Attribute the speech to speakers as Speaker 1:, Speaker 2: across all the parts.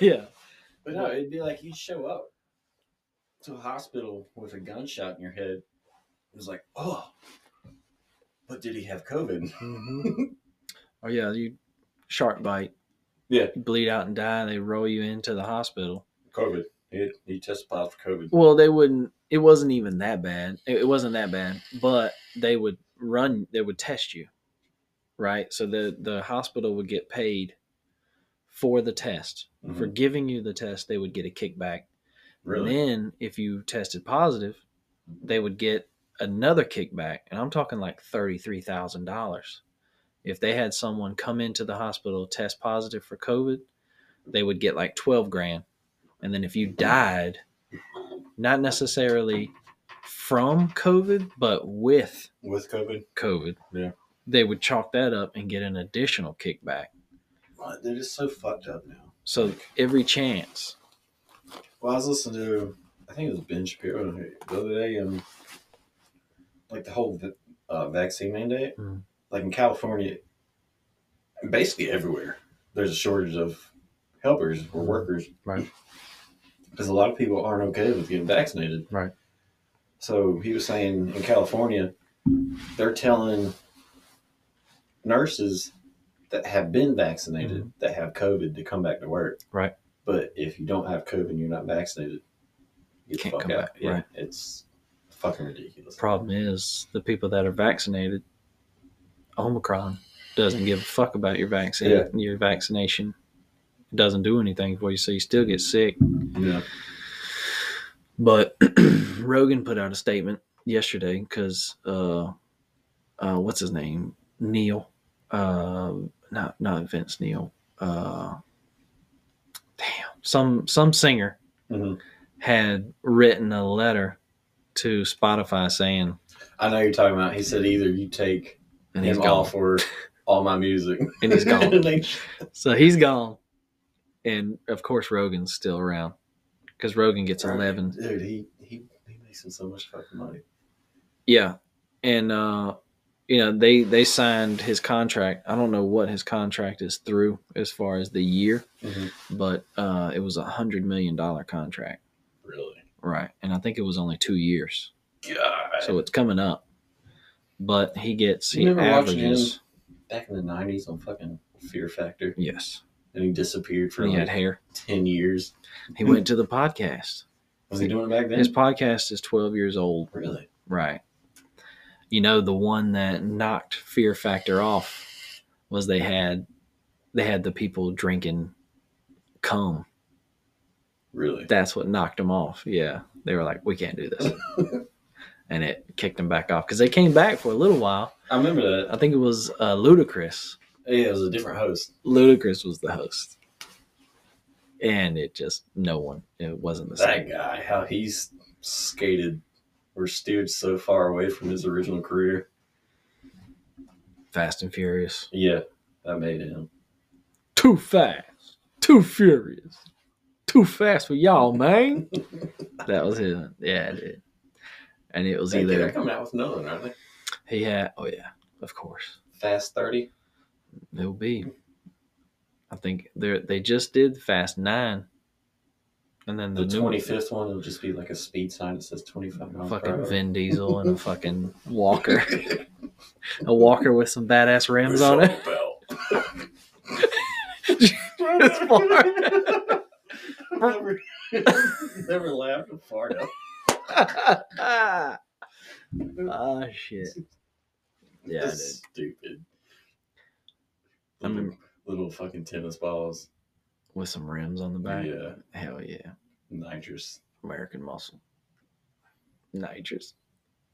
Speaker 1: yeah.
Speaker 2: But no, it'd be like you'd show up to a hospital with a gunshot in your head. It was like, oh, but did he have COVID? Mm-hmm.
Speaker 1: Mhm. oh yeah, you shark bite.
Speaker 2: Yeah.
Speaker 1: You bleed out and die, and they roll you into the hospital.
Speaker 2: COVID. He, he tested positive for COVID.
Speaker 1: Well, they wouldn't. It wasn't even that bad. It, it wasn't that bad, but they would run. They would test you, right? So the the hospital would get paid for the test for
Speaker 2: Mhm.
Speaker 1: giving you the test. They would get a kickback.
Speaker 2: Really?
Speaker 1: And then if you tested positive, they would get another kickback, and I'm talking like thirty-three thousand dollars. If they had someone come into the hospital test positive for COVID, they would get like twelve grand. And then if you died, not necessarily from COVID, but with
Speaker 2: With COVID?
Speaker 1: COVID,
Speaker 2: Yeah.
Speaker 1: they would chalk that up and get an additional kickback.
Speaker 2: What? They're just so fucked up now.
Speaker 1: So every chance,
Speaker 2: Well, I was listening to, I think it was Ben Shapiro the other day, um, like the whole vi- uh, vaccine mandate.
Speaker 1: Mm.
Speaker 2: Like in California, basically everywhere, there's a shortage of helpers or workers.
Speaker 1: Right.
Speaker 2: Because a lot of people aren't okay with getting vaccinated.
Speaker 1: Right.
Speaker 2: So he was saying in California, they're telling nurses that have been vaccinated that have COVID to come back to work.
Speaker 1: Mm-hmm. Right.
Speaker 2: But if you don't have COVID and you're not vaccinated, you
Speaker 1: Can't
Speaker 2: can't fuck
Speaker 1: come
Speaker 2: out.
Speaker 1: back,
Speaker 2: Yeah,
Speaker 1: right.
Speaker 2: It's fucking ridiculous.
Speaker 1: problem is the people that are vaccinated, Omicron doesn't give a fuck about your vaccine,
Speaker 2: Yeah.
Speaker 1: your vaccination. It doesn't do anything for you, so you still get sick.
Speaker 2: Yeah.
Speaker 1: But Rogan put out a statement yesterday because uh, uh, what's his name? Neil, uh, not not Vince Neil. Uh, damn, some some singer
Speaker 2: Mhm.
Speaker 1: had written a letter to Spotify saying,
Speaker 2: I know you're talking about. He said either you take
Speaker 1: and he's
Speaker 2: him
Speaker 1: gone,
Speaker 2: off or all my music.
Speaker 1: and he's gone.
Speaker 2: And they-
Speaker 1: So he's gone. And of course, Rogan's still around because Rogan gets 11.
Speaker 2: Dude, he, he, he makes him so much fucking money.
Speaker 1: Yeah. And, uh, you know, they, they signed his contract. I don't know what his contract is through as far as the year,
Speaker 2: Mhm.
Speaker 1: but uh, it was a $100 million contract.
Speaker 2: Really?
Speaker 1: Right. And I think it was only two years.
Speaker 2: God.
Speaker 1: So it's coming up. But he gets, he
Speaker 2: You remember watching
Speaker 1: averages.
Speaker 2: Back in the 90s on fucking Fear Factor,
Speaker 1: Yes.
Speaker 2: and he disappeared for
Speaker 1: He
Speaker 2: like
Speaker 1: had hair.
Speaker 2: 10 years.
Speaker 1: He went to the podcast.
Speaker 2: Was he doing it back then?
Speaker 1: His podcast is 12 years old.
Speaker 2: really?
Speaker 1: Right. You know, the one that knocked Fear Factor off was they had they had the people drinking cum.
Speaker 2: Really?
Speaker 1: That's what knocked them off. Yeah. They were like, we can't do this. and it kicked them back off because they came back for a little while.
Speaker 2: I remember that.
Speaker 1: I think it was uh, Ludacris.
Speaker 2: Yeah, it was a different host.
Speaker 1: Ludacris was the host. And it just, no one, it wasn't the
Speaker 2: That
Speaker 1: same.
Speaker 2: guy, how he's skated or steered so far away from his original career.
Speaker 1: Fast and Furious.
Speaker 2: Yeah, that made him.
Speaker 1: Too fast, too furious, too fast for y'all, man. that was it. Yeah, it did. And it was
Speaker 2: Hey, they're
Speaker 1: either
Speaker 2: coming out with another one, aren't they?
Speaker 1: he had. Oh yeah, of course
Speaker 2: Fast 30.
Speaker 1: it'll be. I think they they just did Fast Nine, and then
Speaker 2: The
Speaker 1: the, new
Speaker 2: 25th one will just be like a speed sign that says 25 miles per
Speaker 1: fucking
Speaker 2: hour.
Speaker 1: Vin Diesel and a fucking walker, a walker with some badass rims
Speaker 2: With
Speaker 1: on it.
Speaker 2: a belt.
Speaker 1: Just fart.
Speaker 2: never, never laughed and far out.
Speaker 1: Ah shit. Yeah, I
Speaker 2: That's
Speaker 1: did.
Speaker 2: stupid.
Speaker 1: I
Speaker 2: Little,
Speaker 1: remember-
Speaker 2: little fucking tennis balls.
Speaker 1: with some rims on the back.
Speaker 2: Yeah,
Speaker 1: Hell yeah.
Speaker 2: nitrous.
Speaker 1: American muscle. Nitrous.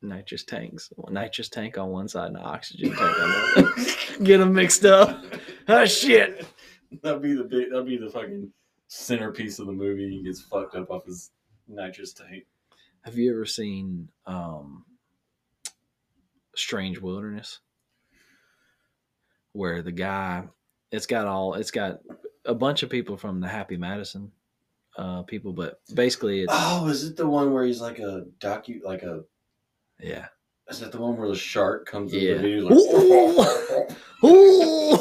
Speaker 1: Nitrous tanks. Nitrous tank on one side and an oxygen tank on the other. Get them mixed up. Ah, shit.
Speaker 2: That'd be the big. That'd be the fucking centerpiece of the movie. He gets fucked up off his nitrous tank.
Speaker 1: Have you ever seen um, Strange Wilderness? Where the guy, it's got all, it's got a bunch of people from the Happy Madison uh, people, but basically it's,
Speaker 2: Oh, is it the one where he's like a docu? Like a
Speaker 1: yeah.
Speaker 2: is that the one where the shark comes in
Speaker 1: Yeah.
Speaker 2: the video? Like,
Speaker 1: Ooh.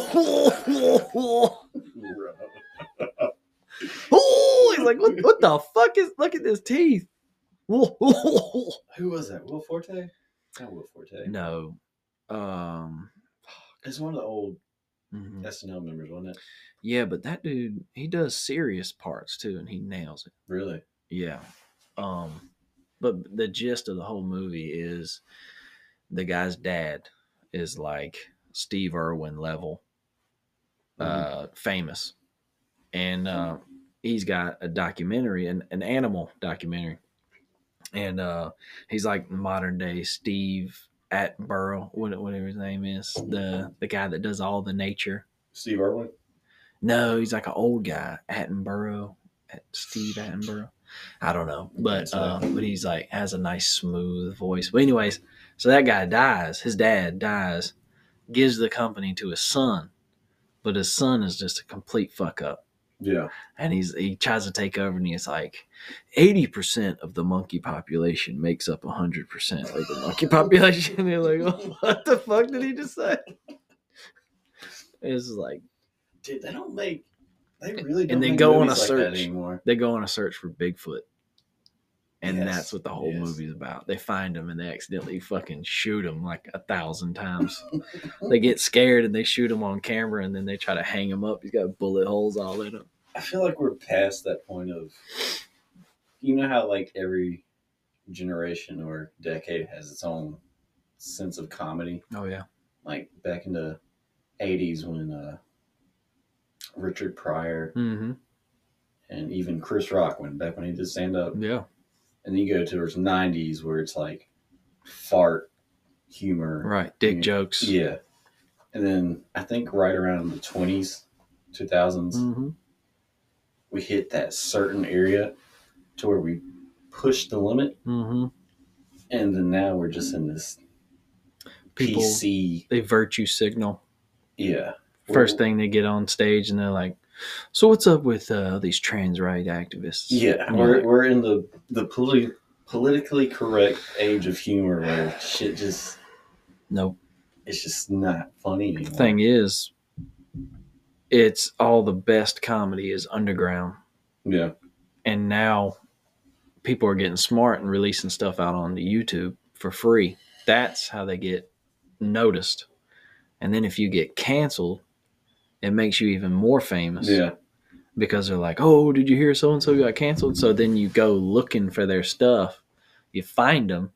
Speaker 1: Oh, he's like, what, what the fuck is? Look at his teeth.
Speaker 2: Who was that? Will Forte? Not Will Forte.
Speaker 1: no, um,
Speaker 2: It's one of the old
Speaker 1: mhm.
Speaker 2: SNL members, wasn't it?
Speaker 1: yeah, but that dude, he does serious parts too, and he nails it.
Speaker 2: Really?
Speaker 1: Yeah. Um, but the gist of the whole movie is the guy's dad is like Steve Irwin level,
Speaker 2: Mm-hmm.
Speaker 1: uh, famous, and uh, he's got a documentary, an, an animal documentary, and uh, he's like modern day Steve Attenborough, what- whatever his name is, the the guy that does all the nature.
Speaker 2: Steve Irwin.
Speaker 1: No, he's like an old guy, Attenborough, at Steve Attenborough. I don't know, but
Speaker 2: So-
Speaker 1: uh, but he's like has a nice smooth voice. But anyways, so that guy dies. His dad dies, gives the company to his son, but his son is just a complete fuck up,
Speaker 2: Yeah.
Speaker 1: and he's he tries to take over, and he's like, eighty percent of the monkey population makes up hundred percent of the monkey population. They're like, what the fuck did he just say? It's like.
Speaker 2: Dude, they don't make. They really don't.
Speaker 1: and they
Speaker 2: make
Speaker 1: go on
Speaker 2: movies
Speaker 1: a
Speaker 2: like that
Speaker 1: search.
Speaker 2: anymore.
Speaker 1: they go on a search for Bigfoot. And
Speaker 2: Yes,
Speaker 1: that's what the whole
Speaker 2: yes.
Speaker 1: movie's about. They find him and they accidentally fucking shoot him like a thousand times. they get scared and they shoot him on camera and then they try to hang him up. He's got bullet holes all in him.
Speaker 2: I feel like we're past that point of. You know how like every generation or decade has its own sense of comedy.
Speaker 1: Oh yeah.
Speaker 2: Like back in the '80s when uh, Richard Pryor
Speaker 1: Mm-hmm.
Speaker 2: and even Chris Rock when back when he did stand up.
Speaker 1: Yeah.
Speaker 2: and then you go towards 90s where it's like fart humor
Speaker 1: Right. Dick
Speaker 2: Yeah.
Speaker 1: jokes.
Speaker 2: yeah and then i think right around the 20s 2000s
Speaker 1: Mm-hmm.
Speaker 2: we hit that certain area to where we pushed the limit
Speaker 1: Mm-hmm.
Speaker 2: and then now we're just in this
Speaker 1: People
Speaker 2: pc
Speaker 1: they virtue signal.
Speaker 2: yeah We're-
Speaker 1: First thing they get on stage and they're like, So what's up with uh, these trans right activists?
Speaker 2: yeah we're, we're in the the poli- politically correct age of humor where shit just
Speaker 1: Nope.
Speaker 2: it's just not funny
Speaker 1: the
Speaker 2: anymore
Speaker 1: thing is it's all the best comedy is underground
Speaker 2: yeah
Speaker 1: and now people are getting smart and releasing stuff out on youtube for free that's how they get noticed and then if you get canceled it makes you even more famous
Speaker 2: yeah
Speaker 1: because they're like oh did you hear so and so got canceled so then you go looking for their stuff you find them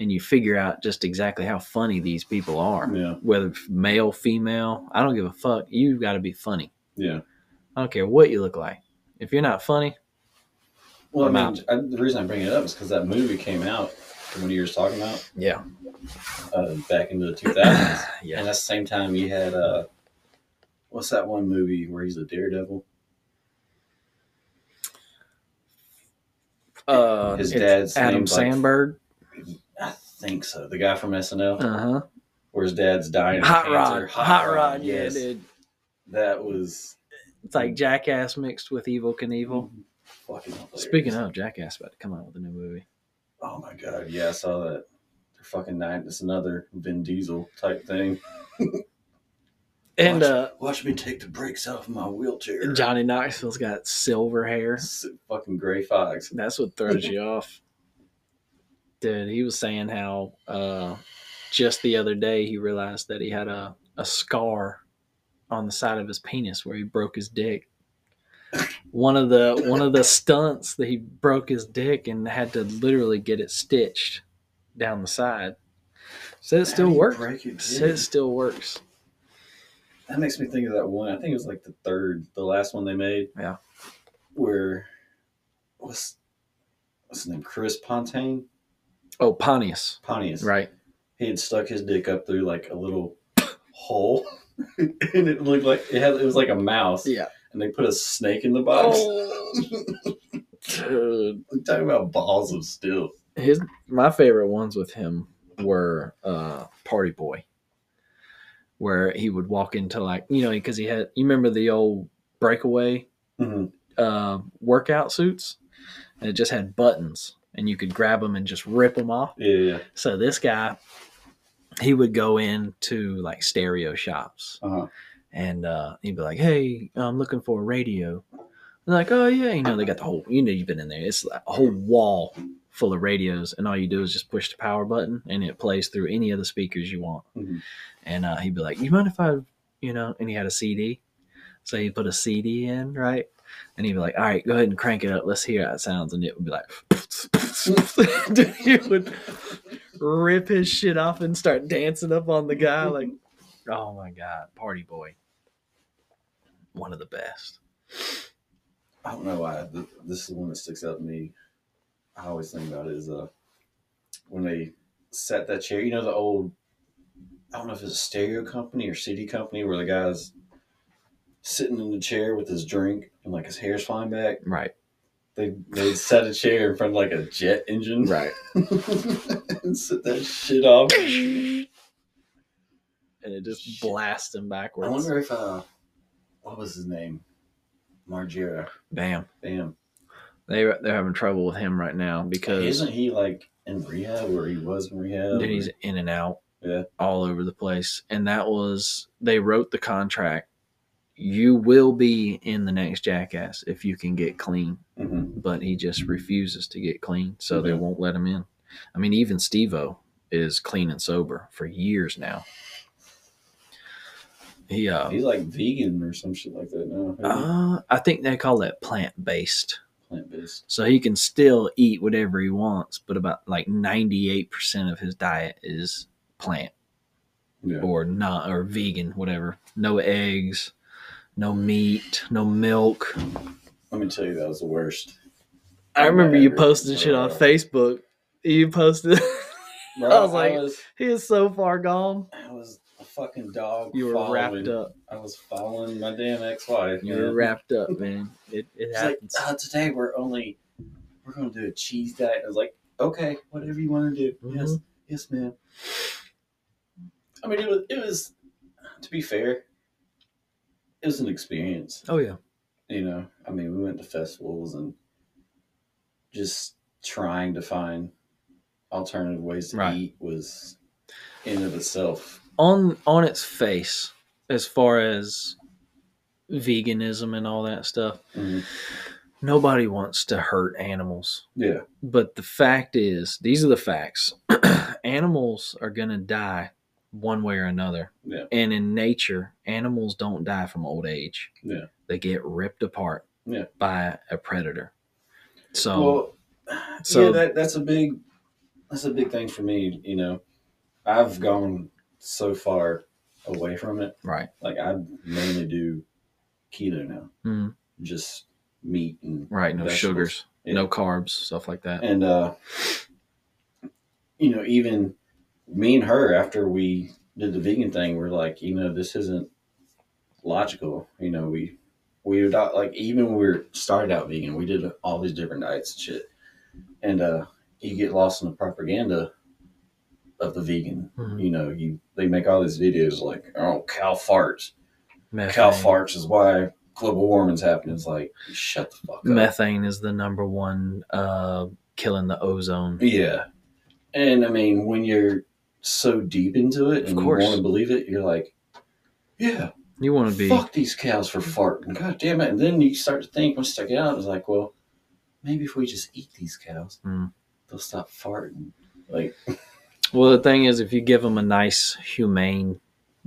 Speaker 1: and you figure out just exactly how funny these people are
Speaker 2: yeah
Speaker 1: whether it's male, female, I don't give a fuck. You've got to be funny.
Speaker 2: yeah
Speaker 1: I don't care what you look like. If you're not funny,
Speaker 2: Well,
Speaker 1: I'm
Speaker 2: I mean, I, the reason I bring it up is because that movie came out, the one you were talking about,
Speaker 1: yeah,
Speaker 2: uh, back into the 2000s.
Speaker 1: yeah,
Speaker 2: And at the same time, you had, uh, what's that one movie where he's a daredevil?
Speaker 1: uh,
Speaker 2: His
Speaker 1: it's
Speaker 2: dad's
Speaker 1: Adam
Speaker 2: name's like-
Speaker 1: Sandberg.
Speaker 2: I think so. The guy from SNL,
Speaker 1: Uh huh.
Speaker 2: where his dad's dying. of
Speaker 1: Hot
Speaker 2: cancer.
Speaker 1: Rod. Hot Rod. Yeah,
Speaker 2: yes.
Speaker 1: dude.
Speaker 2: That was
Speaker 1: It's like Jackass mixed with Evil Knievel.
Speaker 2: fucking hilarious.
Speaker 1: Speaking of Jackass, about to come out with a new movie.
Speaker 2: Oh, my God. Yeah, I saw that. They're fucking nine. It's another Vin Diesel type thing.
Speaker 1: And
Speaker 2: Watch-
Speaker 1: uh,
Speaker 2: Watch me take the brakes off my wheelchair.
Speaker 1: Johnny Knoxville's got silver hair.
Speaker 2: S- Fucking Gray Fox.
Speaker 1: That's what throws you off. Dude, he was saying how uh, just the other day he realized that he had a, a scar on the side of his penis where he broke his dick. One of the one of the stunts that he broke his dick and had to literally get it stitched down the side. Said it
Speaker 2: How
Speaker 1: still
Speaker 2: do you
Speaker 1: works.
Speaker 2: break your
Speaker 1: Said it
Speaker 2: dick?
Speaker 1: still works.
Speaker 2: That makes me think of that one. I think it was like the third, the last one they made.
Speaker 1: Yeah.
Speaker 2: Where what's what's his name? Chris Pontaine?
Speaker 1: Oh, Pontius.
Speaker 2: Pontius.
Speaker 1: Right.
Speaker 2: He had stuck his dick up through like a little hole. and it looked like it had it was like a mouse.
Speaker 1: Yeah.
Speaker 2: And they put a snake in the box.
Speaker 1: Oh. Dude.
Speaker 2: We're talking about balls of steel.
Speaker 1: his my favorite ones with him were uh party boy where he would walk into like you know because he had you remember the old breakaway
Speaker 2: Mhm.
Speaker 1: uh workout suits and it just had buttons and you could grab them and just rip them off
Speaker 2: Yeah, yeah.
Speaker 1: so this guy he would go into like stereo shops
Speaker 2: Uh-huh.
Speaker 1: and uh, he'd be like, "Hey, I'm looking for a radio." They're like, oh yeah, you know, they got the whole, you know, you've been in there. It's like a whole wall full of radios, and all you do is just push the power button, and it plays through any of the speakers you want.
Speaker 2: Mhm.
Speaker 1: And uh, he'd be like, you mind if I, you know, and he had a CD, so he'd put a CD in, right? And he'd be like, all right, go ahead and crank it up. Let's hear how it sounds. And it would be like, dude, he would rip his shit off and start dancing up on the guy like oh my god party boy one of the best
Speaker 2: I don't know why th- this is the one that sticks out to me. I always think about it is uh when they set that chair. You know the old I don't know if it's a stereo company or CD company where the guy's sitting in the chair with his drink and like his hair's flying back.
Speaker 1: right
Speaker 2: They they set a chair in front of like a jet engine
Speaker 1: right
Speaker 2: and set that shit off.
Speaker 1: and it just blasts him
Speaker 2: I
Speaker 1: backwards
Speaker 2: wonder if uh what was his name Margera.
Speaker 1: damn
Speaker 2: Damn,
Speaker 1: they, they're having trouble with him right now because
Speaker 2: isn't he like in rehab or he was in rehab?
Speaker 1: dude, he's in and out
Speaker 2: Yeah.
Speaker 1: all over the place and that was they wrote the contract you will be in the next jackass if you can get clean
Speaker 2: Mhm.
Speaker 1: but he just refuses to get clean, so they
Speaker 2: Mhm.
Speaker 1: won't let him in. I mean, even Stevo is clean and sober for years now. He, uh,
Speaker 2: He's like vegan or some shit like that now.
Speaker 1: uh, I think they call that plant based.
Speaker 2: Plant based.
Speaker 1: So he can still eat whatever he wants, but about like 98% of his diet is plant
Speaker 2: Yeah.
Speaker 1: or not, or vegan, whatever. No eggs, no meat, no milk.
Speaker 2: Let me tell you, that was the worst.
Speaker 1: I remember you
Speaker 2: Whatever.
Speaker 1: posted shit on Facebook. You posted.
Speaker 2: Bro,
Speaker 1: I was like-
Speaker 2: I was,
Speaker 1: He is so far gone.
Speaker 2: I was a fucking dog.
Speaker 1: You were
Speaker 2: following-
Speaker 1: wrapped up.
Speaker 2: I was following my damn ex wife.
Speaker 1: You were wrapped up, man. It, it
Speaker 2: It's like,
Speaker 1: happens.
Speaker 2: oh, today we're only, we're going to do a cheese diet. I was like, okay, whatever you want to do.
Speaker 1: Mm-hmm.
Speaker 2: Yes, yes, ma'am. I mean, it was, it was, to be fair, it was an experience.
Speaker 1: oh yeah,
Speaker 2: you know i mean we went to festivals and just trying to find alternative ways to
Speaker 1: Right.
Speaker 2: eat was in of itself
Speaker 1: on on its face, as far as veganism and all that stuff,
Speaker 2: Mm-hmm.
Speaker 1: nobody wants to hurt animals.
Speaker 2: yeah
Speaker 1: But the fact is, these are the facts. animals are gonna die one way or another.
Speaker 2: Yeah.
Speaker 1: And in nature, animals don't die from old age.
Speaker 2: Yeah.
Speaker 1: They get ripped apart
Speaker 2: Yeah.
Speaker 1: by a predator. So
Speaker 2: well
Speaker 1: Um, so-
Speaker 2: yeah that, that's a big that's a big thing for me you know i've gone so far away from it
Speaker 1: right.
Speaker 2: like i mainly do keto now
Speaker 1: Mhm.
Speaker 2: just meat and
Speaker 1: Right, no
Speaker 2: vegetables.
Speaker 1: sugars,
Speaker 2: Yeah.
Speaker 1: no carbs, stuff like that.
Speaker 2: and uh you know even me and her after we did the vegan thing we're like you know this isn't logical you know we we were not like even when we were started out vegan we did all these different diets and shit and uh you get lost in the propaganda of the vegan you know you they make all these videos like oh cow farts cow
Speaker 1: Methane.
Speaker 2: farts is why global warming's happening it's like shut the fuck up
Speaker 1: Methane is the number one uh, killing the ozone.
Speaker 2: Yeah. And I mean, when you're so deep into it
Speaker 1: Of
Speaker 2: and
Speaker 1: course.
Speaker 2: you want to believe it, you're like, yeah,
Speaker 1: You want to be
Speaker 2: fuck these cows for farting. God damn it. And then you start to think, once you check it out, it's like, well, maybe if we just eat these cows,
Speaker 1: Mm.
Speaker 2: they'll stop farting. Like,
Speaker 1: well. The thing is, if you give them a nice, humane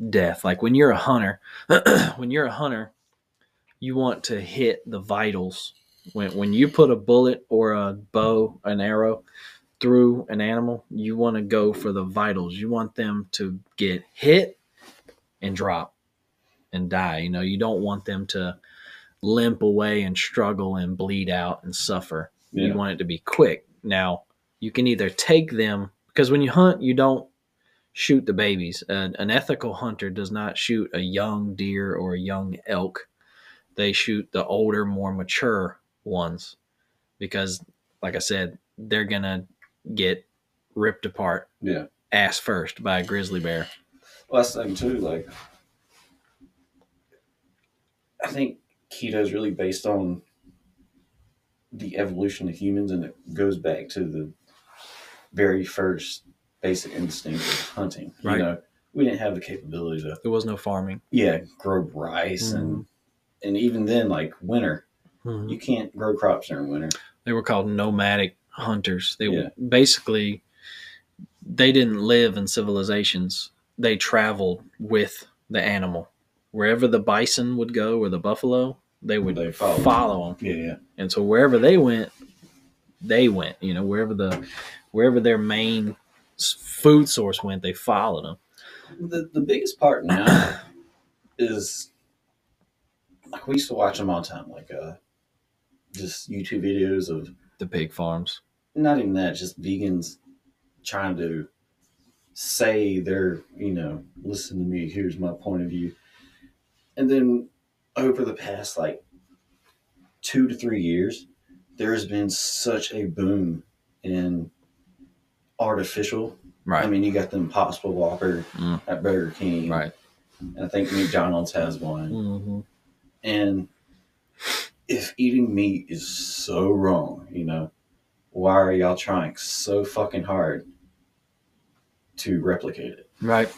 Speaker 1: death, like when you're a hunter, when you're a hunter, you want to hit the vitals. When when you put a bullet or a bow, an arrow through an animal, you want to go for the vitals. You want them to get hit and drop and die. You know, you don't want them to limp away and struggle and bleed out and suffer.
Speaker 2: yeah.
Speaker 1: You want it to be quick. Now, you can either take them because when you hunt, you don't shoot the babies. An, an ethical hunter does not shoot a young deer or a young elk. They shoot the older, more mature ones because, like I said, they're going to get ripped apart
Speaker 2: yeah.
Speaker 1: ass first by a grizzly bear.
Speaker 2: Well, that's the thing, too. Like, I think keto is really based on the evolution of humans, and it goes back to the very first basic instinct of hunting.
Speaker 1: Right.
Speaker 2: You know, we didn't have the capability to,
Speaker 1: There was no farming. Mm-hmm.
Speaker 2: yeah, grow rice and and even then, like winter,
Speaker 1: Mhm.
Speaker 2: You can't grow crops during winter.
Speaker 1: They were called nomadic hunters. They
Speaker 2: Yeah.
Speaker 1: basically they didn't live in civilizations. They traveled with the animal. Wherever the bison would go or the buffalo, they would
Speaker 2: They
Speaker 1: follow,
Speaker 2: followed.
Speaker 1: them.
Speaker 2: Yeah, yeah.
Speaker 1: And so wherever they went, they went. You know, wherever the wherever their main s- food source went, they followed them.
Speaker 2: The the biggest part now is like we used to watch them all the time, like uh, just YouTube videos of
Speaker 1: The pig farms.
Speaker 2: not even that, just vegans trying to say they're, you know, listen to me, here's my point of view. And then over the past like two to three years, there has been such a boom in artificial.
Speaker 1: Right.
Speaker 2: I mean, you got the Impossible Whopper
Speaker 1: Mm.
Speaker 2: at Burger King.
Speaker 1: right.
Speaker 2: I think McDonald's has one.
Speaker 1: hmm
Speaker 2: And if eating meat is so wrong, you know, why are y'all trying so fucking hard to replicate it?
Speaker 1: Right.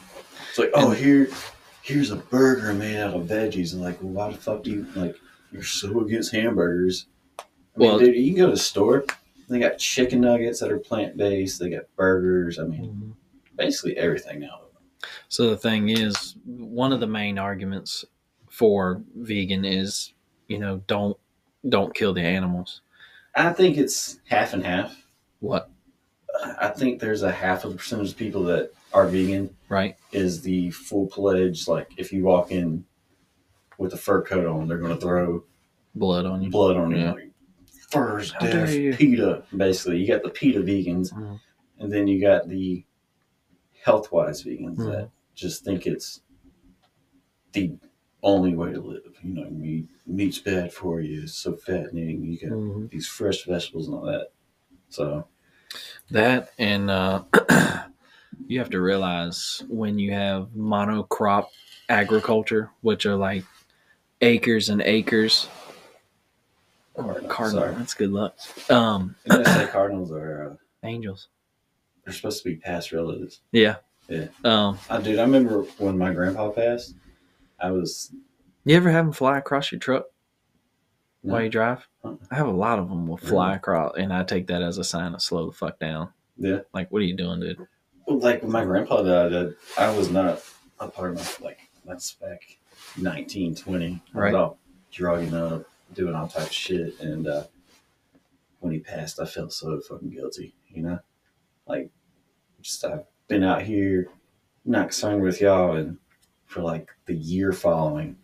Speaker 2: It's like, oh, here, here's a burger made out of veggies, and like, why the fuck do you like? You're so against hamburgers. I mean,
Speaker 1: Well-
Speaker 2: dude, you can go to the store. They got chicken nuggets that are plant based. They got burgers. I mean,
Speaker 1: Mhm.
Speaker 2: basically everything now.
Speaker 1: So the thing is, one of the main arguments for vegan is, you know, don't don't kill the animals.
Speaker 2: I think it's half and half.
Speaker 1: What?
Speaker 2: I think there's a half of the percentage of people that are vegan
Speaker 1: Right?
Speaker 2: is the full pledge. Like if you walk in with a fur coat on, they're going to throw
Speaker 1: Blood on you.
Speaker 2: blood on you.
Speaker 1: Yeah.
Speaker 2: Like, Furs,
Speaker 1: How dare
Speaker 2: death,
Speaker 1: you.
Speaker 2: PETA. Basically, you got the PETA vegans,
Speaker 1: Mhm.
Speaker 2: and then you got the health-wise vegans
Speaker 1: Mhm.
Speaker 2: that just think it's the only way to live. You know, meat meat's bad for you. It's so fattening. You got
Speaker 1: Mhm.
Speaker 2: these fresh vegetables and all that. So
Speaker 1: That and uh, you have to realize when you have monocrop agriculture, which are like acres and acres. Cardinal.
Speaker 2: Sorry.
Speaker 1: That's good luck. Um,
Speaker 2: I'm gonna say cardinals are uh,
Speaker 1: angels.
Speaker 2: they're supposed to be past relatives.
Speaker 1: Yeah.
Speaker 2: Yeah.
Speaker 1: Um,
Speaker 2: I dude, I remember when my grandpa passed. I was
Speaker 1: you ever have them fly across your truck?
Speaker 2: no,
Speaker 1: while you drive.
Speaker 2: Uh-uh.
Speaker 1: I have a lot of them will fly
Speaker 2: Really?
Speaker 1: across, and I take that as a sign to slow the fuck down.
Speaker 2: yeah.
Speaker 1: Like, what are you doing, dude?
Speaker 2: Well, Like when my grandpa died, uh, I was not a part of my like that's back nineteen twenty. I
Speaker 1: Right.
Speaker 2: was all drugging up, doing all type of shit, and uh, when he passed, I felt so fucking guilty. You know, like just I've been out here, not concerned with y'all, and for like the year following,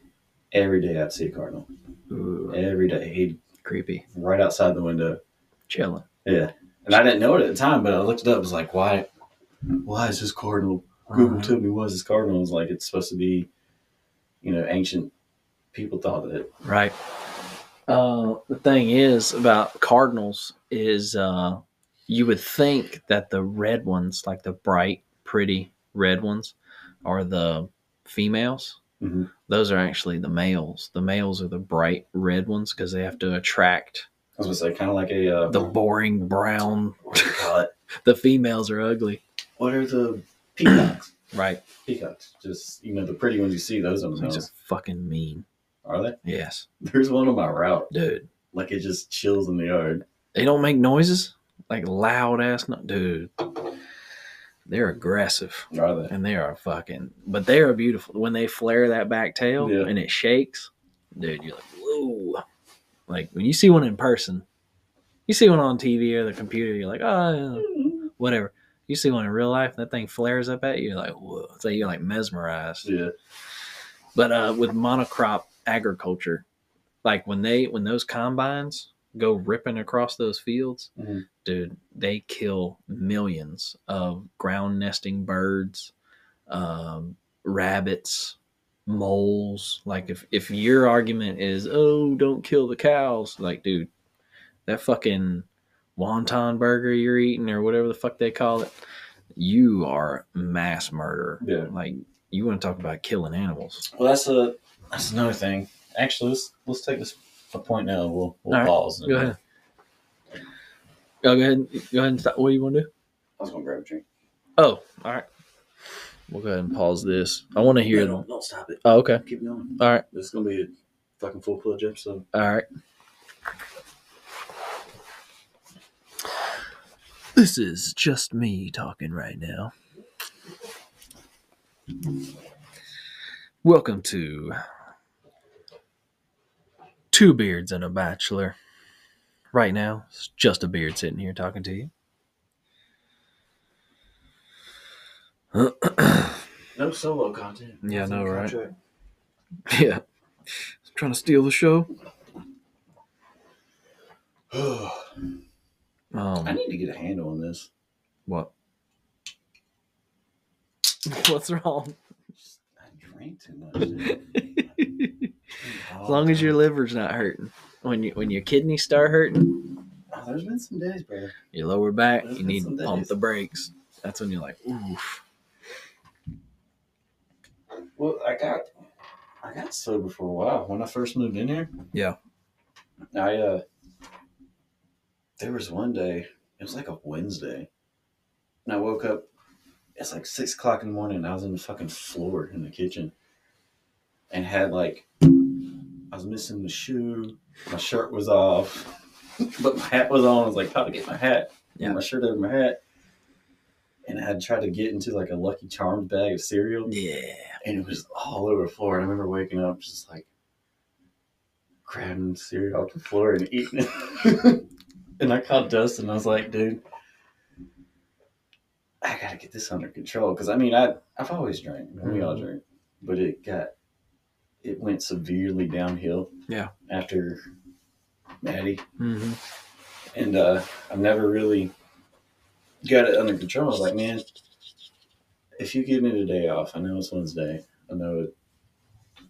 Speaker 2: every day I'd see a cardinal. Every day he'd
Speaker 1: Creepy,
Speaker 2: right outside the window.
Speaker 1: chilling.
Speaker 2: Yeah. And I didn't know it at the time, but I looked it up. I was like, why? Why is this cardinal?
Speaker 1: Um,
Speaker 2: Google
Speaker 1: Uh-huh.
Speaker 2: told me why is this cardinal? It's like it's supposed to be, you know, ancient people thought that.
Speaker 1: Right. Uh, the thing is about cardinals is uh, you would think that the red ones, like the bright, pretty red ones, are the females.
Speaker 2: Mhm.
Speaker 1: Those are actually the males. The males are the bright red ones because they have to attract
Speaker 2: I was gonna say kind of like a uh,
Speaker 1: the boring brown.
Speaker 2: what do you call it?
Speaker 1: The females are ugly.
Speaker 2: What are the peacocks?
Speaker 1: Right.
Speaker 2: peacocks, just you know, the pretty ones you see. Those are the
Speaker 1: Things
Speaker 2: males.
Speaker 1: are fucking mean.
Speaker 2: Are they?
Speaker 1: Yes,
Speaker 2: There's one on my route.
Speaker 1: dude.
Speaker 2: Like it just chills in the yard.
Speaker 1: They don't make noises like loud ass. No- dude, they're aggressive
Speaker 2: Are they?
Speaker 1: and they are fucking. But they are beautiful when they flare that back tail
Speaker 2: Yeah.
Speaker 1: and it shakes. Dude, you're like whoa. Like when you see one in person, you see one on TV or the computer. You're like oh yeah, whatever. You see one in real life, that thing flares up at you. You're like whoa. It's like you're like mesmerized.
Speaker 2: Yeah.
Speaker 1: But uh, with monocrop agriculture, like when they when those combines go ripping across those fields,
Speaker 2: Mhm.
Speaker 1: dude, they kill millions of ground nesting birds, um, rabbits, moles. Like if if your argument is oh don't kill the cows, like dude, that fucking wonton burger you're eating or whatever the fuck they call it, you are a mass murderer.
Speaker 2: Yeah.
Speaker 1: Like you want to talk about killing animals.
Speaker 2: Well, that's a that's another thing. Actually, let's let's take this a point now. We'll we'll
Speaker 1: All right.
Speaker 2: pause.
Speaker 1: Go ahead. Oh, go ahead. Go ahead and stop. What do you want to do?
Speaker 2: I was gonna grab a drink.
Speaker 1: Oh, all right. We'll go ahead and pause this. I want to hear
Speaker 2: No,
Speaker 1: them.
Speaker 2: don't, don't stop it.
Speaker 1: Oh, okay.
Speaker 2: Keep going.
Speaker 1: All right.
Speaker 2: This is gonna be a fucking full fledged episode.
Speaker 1: All right. This is just me talking right now. Welcome to Two Beards and a Bachelor. Right now, it's just a beard sitting here talking to you.
Speaker 2: No solo content.
Speaker 1: Yeah, I
Speaker 2: No
Speaker 1: know, right?
Speaker 2: contract.
Speaker 1: yeah. Trying to steal the show.
Speaker 2: I
Speaker 1: Um,
Speaker 2: need to get a handle on this.
Speaker 1: what? What's wrong?
Speaker 2: I drink too much.
Speaker 1: As long as your liver's not hurting. When you when your kidneys start hurting,
Speaker 2: Oh, there's been some days, bro.
Speaker 1: your lower back,
Speaker 2: That's
Speaker 1: you need
Speaker 2: some
Speaker 1: to pump
Speaker 2: days.
Speaker 1: the brakes. That's when you're like, oof.
Speaker 2: Well, I got I got sober for a while when I first moved in here.
Speaker 1: Yeah.
Speaker 2: I uh there was one day, it was like a Wednesday, and I woke up it's like six o'clock in the morning and I was in the fucking floor in the kitchen and had like I was missing the shoe, my shirt was off, but my hat was on. I was like, how to get my hat.
Speaker 1: Yeah.
Speaker 2: Yeah. My shirt over my hat. And I tried to get into like a Lucky Charms bag of cereal
Speaker 1: Yeah.
Speaker 2: and it was all over the floor. And I remember waking up just like grabbing cereal off the floor and eating it. and I called Dustin. I was like, dude, I gotta get this under control because I mean, I I've always drank. We all drink, but it got it went severely downhill.
Speaker 1: Yeah.
Speaker 2: After Maddie
Speaker 1: hmm
Speaker 2: and uh, I've never really got it under control. I was like, man, if you give me the day off, I know it's Wednesday, I know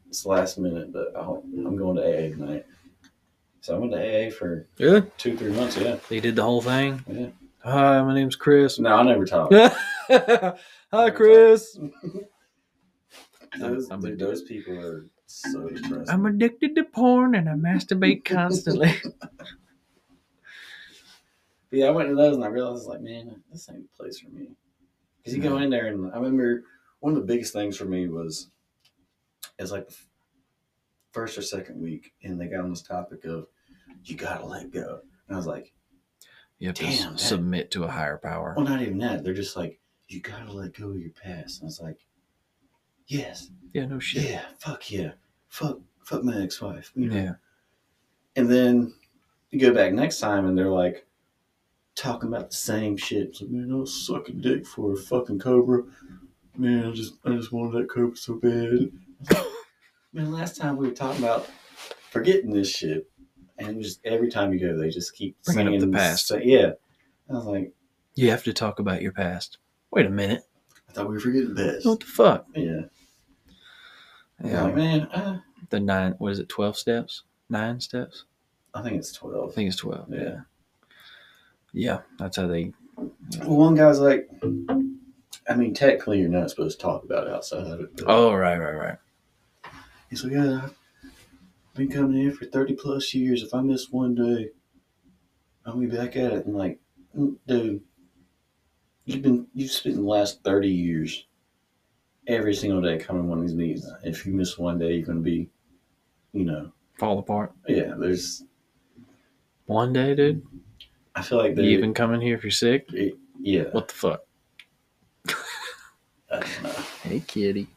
Speaker 2: it's last minute, but I'll, I'm going to AA tonight. So I went to AA for
Speaker 1: Really?
Speaker 2: two, three months. Yeah.
Speaker 1: They did the whole thing?
Speaker 2: Yeah.
Speaker 1: Hi, my name's Chris.
Speaker 2: So now I never talk.
Speaker 1: Hi, Chris.
Speaker 2: Those,
Speaker 1: I'm
Speaker 2: dude,
Speaker 1: addicted.
Speaker 2: those people are so depressed.
Speaker 1: I'm addicted to porn and I masturbate constantly.
Speaker 2: But yeah, I went to those and I realized, like, man, this ain't the place for me. Because you go in there, and I remember one of the biggest things for me was it's like the f- first or second week, and they got on this topic of you gotta let go. And I was like,
Speaker 1: You have to
Speaker 2: Damn, that- Oh.
Speaker 1: s- submit to a higher power.
Speaker 2: well, not even that. They're just like, you gotta let go of your past. And I was like, yes,
Speaker 1: Yeah, no shit.
Speaker 2: yeah, fuck yeah, fuck, fuck my ex wife. You know?
Speaker 1: Yeah.
Speaker 2: And then you go back next time and they're like talking about the same shit. It's like, man, I was sucking dick for a fucking cobra. Man, I just I just wanted that cobra so bad. man, last time we were talking about forgetting this shit. And just every time you go, they just keep
Speaker 1: Bringing up
Speaker 2: saying
Speaker 1: the past.
Speaker 2: sa- yeah. I was like,
Speaker 1: You have to talk about your past. Wait a minute.
Speaker 2: I thought we were forgetting this.
Speaker 1: What the fuck?
Speaker 2: Yeah. I'm Like, man, uh,
Speaker 1: The nine, what is it, 12 steps? Nine steps?
Speaker 2: I think it's 12.
Speaker 1: I think it's 12.
Speaker 2: Yeah.
Speaker 1: Yeah. Yeah, that's how they.
Speaker 2: Well, one guy's like, I mean, technically, you're not supposed to talk about it outside of it. but-
Speaker 1: Oh, right, right, right.
Speaker 2: He's like, yeah, I've been coming here for 30 plus years. If I miss one day, I'll be back at it. And like, "Mm, dude, you've been, you've spent the last 30 years every single day coming to one of these meetings. If you miss one day, you're going to be, you know,
Speaker 1: Fall apart.
Speaker 2: yeah, there's,
Speaker 1: One day, dude.
Speaker 2: I feel like
Speaker 1: You
Speaker 2: there,
Speaker 1: even come in here if you're sick?
Speaker 2: yeah,
Speaker 1: What the fuck?
Speaker 2: I don't know.
Speaker 1: Hey, kitty.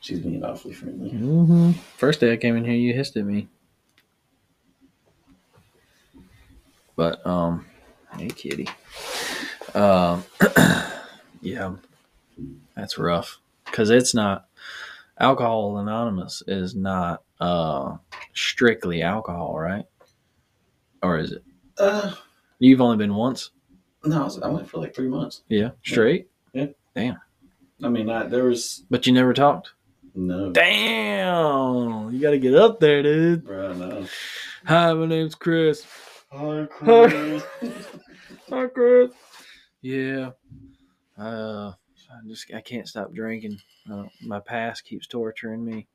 Speaker 2: She's being awfully friendly.
Speaker 1: hmm First day I came in here, you hissed at me. But um, hey, kitty. Um, yeah, that's rough because it's not alcohol anonymous is not uh strictly alcohol, right? Or is it?
Speaker 2: Uh,
Speaker 1: You've only been once,
Speaker 2: no, I, was, I went for like three months.
Speaker 1: yeah, straight,
Speaker 2: I mean, I, there was
Speaker 1: but you never talked.
Speaker 2: no,
Speaker 1: Damn, you got to get up there, dude.
Speaker 2: bro, no.
Speaker 1: Hi, my name's Chris.
Speaker 2: Hi,
Speaker 1: Chris. Hi, Chris. Yeah. Uh, I just I can't stop drinking. Uh, my past keeps torturing me.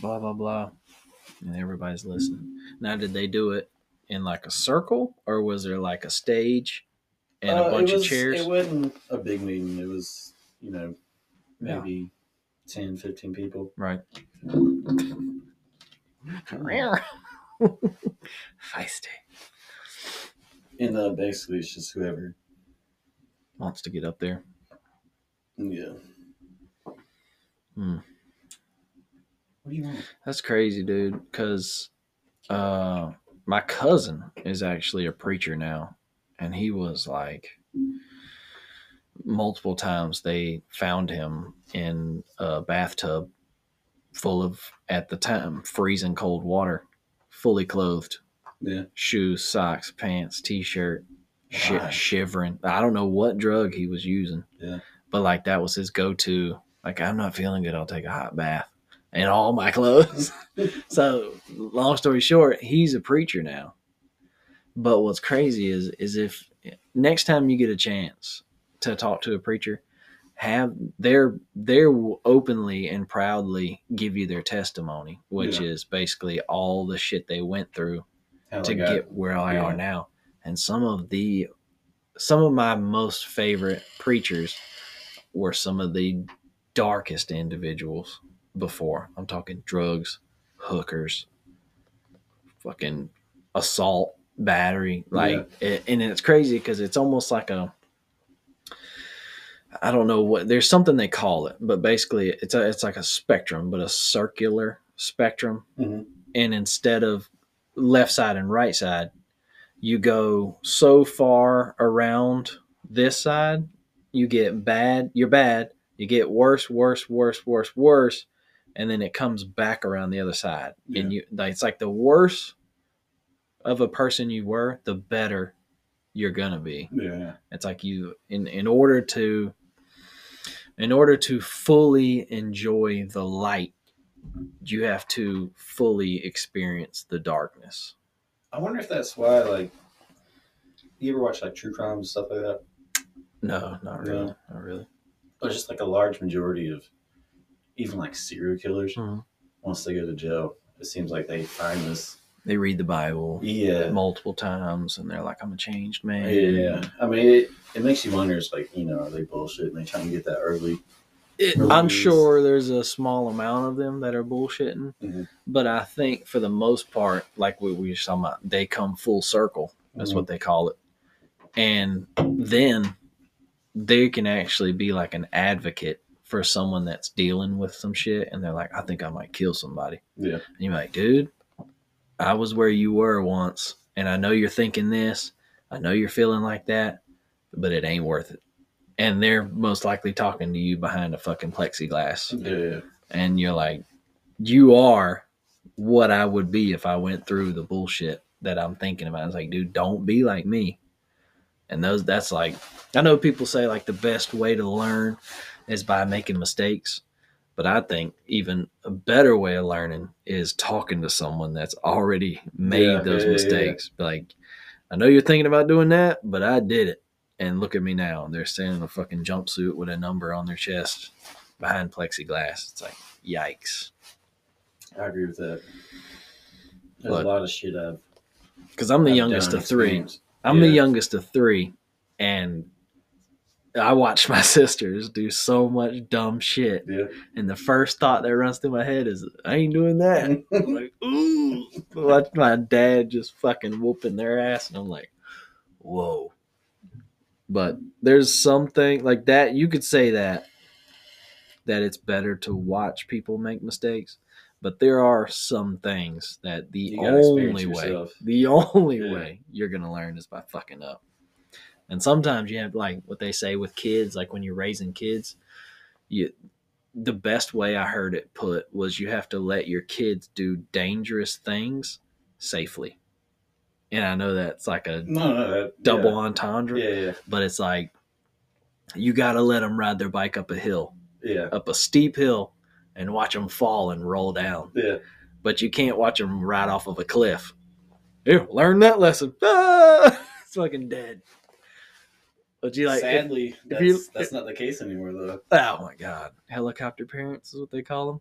Speaker 1: Blah blah blah, and everybody's listening. Now, did they do it in like a circle, or was there like a stage and
Speaker 2: Uh,
Speaker 1: a
Speaker 2: it
Speaker 1: bunch
Speaker 2: was-
Speaker 1: of chairs?
Speaker 2: It wasn't a big meeting. It was, you know,
Speaker 1: Yeah.
Speaker 2: maybe 10, 15 people.
Speaker 1: Right. Feisty.
Speaker 2: And uh, basically, it's just whoever.
Speaker 1: Wants to get up there.
Speaker 2: Yeah.
Speaker 1: Hmm.
Speaker 2: What do you want?
Speaker 1: That's crazy, dude. Because uh, my cousin is actually a preacher now, and he was like multiple times they found him in a bathtub full of at the time freezing cold water, fully clothed,
Speaker 2: Yeah.
Speaker 1: shoes, socks, pants, t-shirt, shi
Speaker 2: Why?
Speaker 1: shivering. I don't know what drug he was using.
Speaker 2: Yeah.
Speaker 1: But like that was his go-to. Like I'm not feeling good. I'll take a hot bath in all my clothes. so long story short, he's a preacher now. But what's crazy is is if next time you get a chance to talk to a preacher, have their their will openly and proudly give you their testimony, which
Speaker 2: Yeah.
Speaker 1: is basically all the shit they went through
Speaker 2: How
Speaker 1: to
Speaker 2: I got-
Speaker 1: get where I
Speaker 2: Yeah.
Speaker 1: are now. And some of the some of my most favorite preachers were some of the darkest individuals before. I'm talking drugs, hookers, fucking assault, battery, like it, and it's crazy cuz it's almost like a I don't know what there's something they call it, but basically it's a, it's like a spectrum, but a circular spectrum
Speaker 2: Mhm.
Speaker 1: and instead of left side and right side, you go so far around this side, you get bad, you're bad, you get worse, worse, worse, worse, worse, and then it comes back around the other side. And you like it's like the worse of a person you were, the better you're gonna be.
Speaker 2: Yeah.
Speaker 1: It's like you in in order to in order to fully enjoy the light, you have to fully experience the darkness.
Speaker 2: I wonder if that's why, like, you ever watch, like, true crime and stuff like that?
Speaker 1: No, not really. Not really.
Speaker 2: There's just, like, a large majority of even, like, serial killers,
Speaker 1: Mhm.
Speaker 2: once they go to jail, it seems like they find this.
Speaker 1: They read the Bible
Speaker 2: Yeah.
Speaker 1: multiple times and they're like, I'm a changed man.
Speaker 2: Yeah, I mean, it, it makes you wonder. It's like you know, are they bullshit and they trying to get that early?
Speaker 1: It- I'm sure there's a small amount of them that are bullshitting,
Speaker 2: Mhm.
Speaker 1: but I think for the most part, like what we were talking about, they come full circle. That's what they call it. And then they can actually be like an advocate for someone that's dealing with some shit. And they're like, I think I might kill somebody.
Speaker 2: Yeah,
Speaker 1: And you're like, dude, I was where you were once. And I know you're thinking this. I know you're feeling like that, but it ain't worth it. And they're most likely talking to you behind a fucking plexiglass.
Speaker 2: yeah,
Speaker 1: And you're like, you are what I would be if I went through the bullshit that I'm thinking about. It's like, dude, don't be like me. And those that's like I know people say like the best way to learn is by making mistakes. But I think even a better way of learning is talking to someone that's already made
Speaker 2: Yeah,
Speaker 1: those
Speaker 2: yeah, yeah, yeah.
Speaker 1: mistakes. Like, I know you're thinking about doing that, but I did it. And look at me now. They're standing in a fucking jumpsuit with a number on their chest behind plexiglass. It's like, yikes.
Speaker 2: I agree with that. There's
Speaker 1: Look.
Speaker 2: a lot of shit I've.
Speaker 1: Because I'm the
Speaker 2: I've
Speaker 1: youngest
Speaker 2: done
Speaker 1: of three.
Speaker 2: experienced.
Speaker 1: I'm the
Speaker 2: Yeah.
Speaker 1: youngest of three, and I watch my sisters do so much dumb shit.
Speaker 2: Yeah,
Speaker 1: And the first thought that runs through my head is, I ain't doing that. I'm like, ooh,
Speaker 2: Mm-hmm.
Speaker 1: watch my dad just fucking whooping their ass, and I'm like, whoa. But there's something like that. You could say that that it's better to watch people make mistakes, but there are some things that the
Speaker 2: You gotta experience
Speaker 1: only way
Speaker 2: yourself.
Speaker 1: the only
Speaker 2: Yeah.
Speaker 1: way you're gonna learn is by fucking up. And sometimes you have like what they say with kids, like when you're raising kids, you the best way I heard it put was you have to let your kids do dangerous things safely. And I know that's like a
Speaker 2: no, no, that,
Speaker 1: double entendre,
Speaker 2: Yeah, yeah,
Speaker 1: but it's like you gotta let them ride their bike up a hill,
Speaker 2: yeah,
Speaker 1: up a steep hill, and watch them fall and roll down
Speaker 2: yeah.
Speaker 1: but you can't watch them right off of a cliff. Ew, learn that lesson. Ah! It's fucking dead. But you like, if-
Speaker 2: Sadly, that's,
Speaker 1: you-
Speaker 2: that's not the case anymore, though.
Speaker 1: oh my god, helicopter parents is what they call them.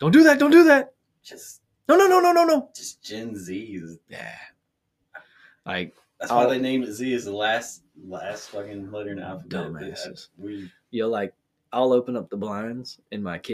Speaker 1: Don't do that. Don't do that.
Speaker 2: Just,
Speaker 1: No, no, no, no, no, no.
Speaker 2: just Gen Z's.
Speaker 1: Yeah. Like
Speaker 2: That's why
Speaker 1: Oh.
Speaker 2: they named it Z as the last, last fucking letter in the alphabet. They-
Speaker 1: Dumbasses.
Speaker 2: We
Speaker 1: you're like, I'll open up the blinds and my kid.